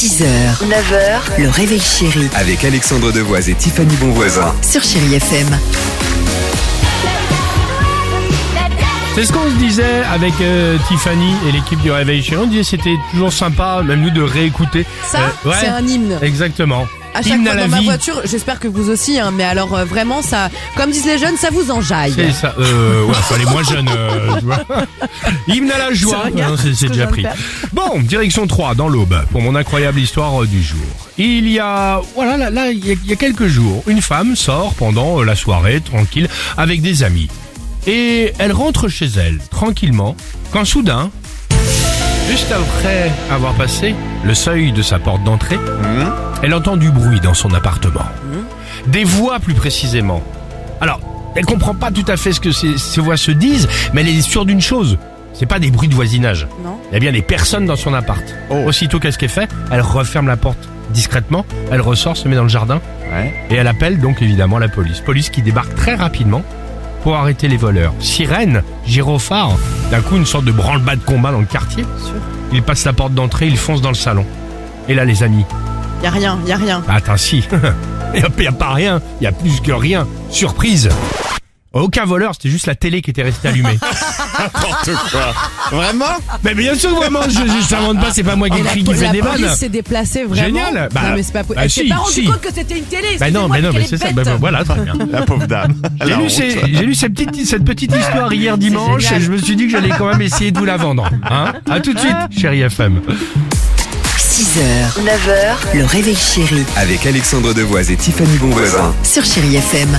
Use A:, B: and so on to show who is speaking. A: 6h, 9h, le réveil chéri
B: Avec Alexandre Devoise et Tiffany Bonvoisin.
A: sur Chérie FM.
C: C'est ce qu'on se disait avec euh, Tiffany et l'équipe du Réveil Chéri. On disait c'était toujours sympa, même nous, de réécouter.
D: Ça,
C: Euh, ouais,
D: c'est un hymne.
C: Exactement.
D: À chaque
C: Hymne
D: fois
C: à la
D: dans ma
C: vie.
D: voiture, j'espère que vous aussi, hein, mais alors euh, vraiment, ça, comme disent les jeunes, ça vous enjaille.
C: C'est ça. Euh, ouais, fallait moins jeune, euh, tu vois. Hymne à la joie. Non, c'est- c'est déjà pris. Bon, direction 3, dans l'aube, pour mon incroyable histoire euh, du jour. Il y a, voilà, là, là, il y a, il y a quelques jours, une femme sort pendant euh, la soirée, tranquille, avec des amis. Et elle rentre chez elle, tranquillement, quand soudain, juste après avoir passé le seuil de sa porte d'entrée, elle entend du bruit dans son appartement. Des voix plus précisément. Alors, elle comprend pas tout à fait ce que ces, ces voix se disent, mais elle est sûre d'une chose. C'est pas des bruits de voisinage.
D: Non.
C: Il y a bien des personnes dans son appart. Aussitôt qu'est-ce qu'elle fait Elle referme la porte discrètement, elle ressort, se met dans le jardin et elle appelle donc évidemment la police. Police qui débarque très rapidement pour arrêter les voleurs. Sirène, gyrophare, d'un coup une sorte de branle-bas de combat dans le quartier. Ils passent la porte d'entrée, ils foncent dans le salon. Et là les amis,
D: Y a rien, y a rien.
C: bah, Attends, si. Il n'y a, pas rien. Il y a plus que rien. Surprise. Aucun voleur, c'était juste la télé qui était restée allumée.
E: Vraiment
C: mais bien sûr, vraiment, je ne s'invente pas, c'est pas moi qui
D: Et la,
C: écris, qui
D: la
C: fait des vannes.
D: police s'est déplacée vraiment.
C: Génial. Bah,
D: non, mais c'est pas possible.
C: bah,
D: Elle s'est
C: si,
D: pas rendue
C: si.
D: compte que c'était une télé.
C: Bah
D: excusez-moi,
C: non, mais non,
D: qu'elle
C: mais
D: est
C: c'est ça.
D: bête.
C: Bah, bah, voilà, très bien.
E: La pauvre dame.
C: J'ai
E: La
C: lu,
E: honte.
C: ces- j'ai lu cette, petite, cette petite histoire hier dimanche et
D: génial.
C: je me suis dit que j'allais quand même essayer de vous la vendre. Hein à tout de suite, chérie FM.
A: 6h, 9h, le réveil chéri
B: Avec Alexandre Devoise et Tiffany Bonvoisin.
A: sur Chérie FM.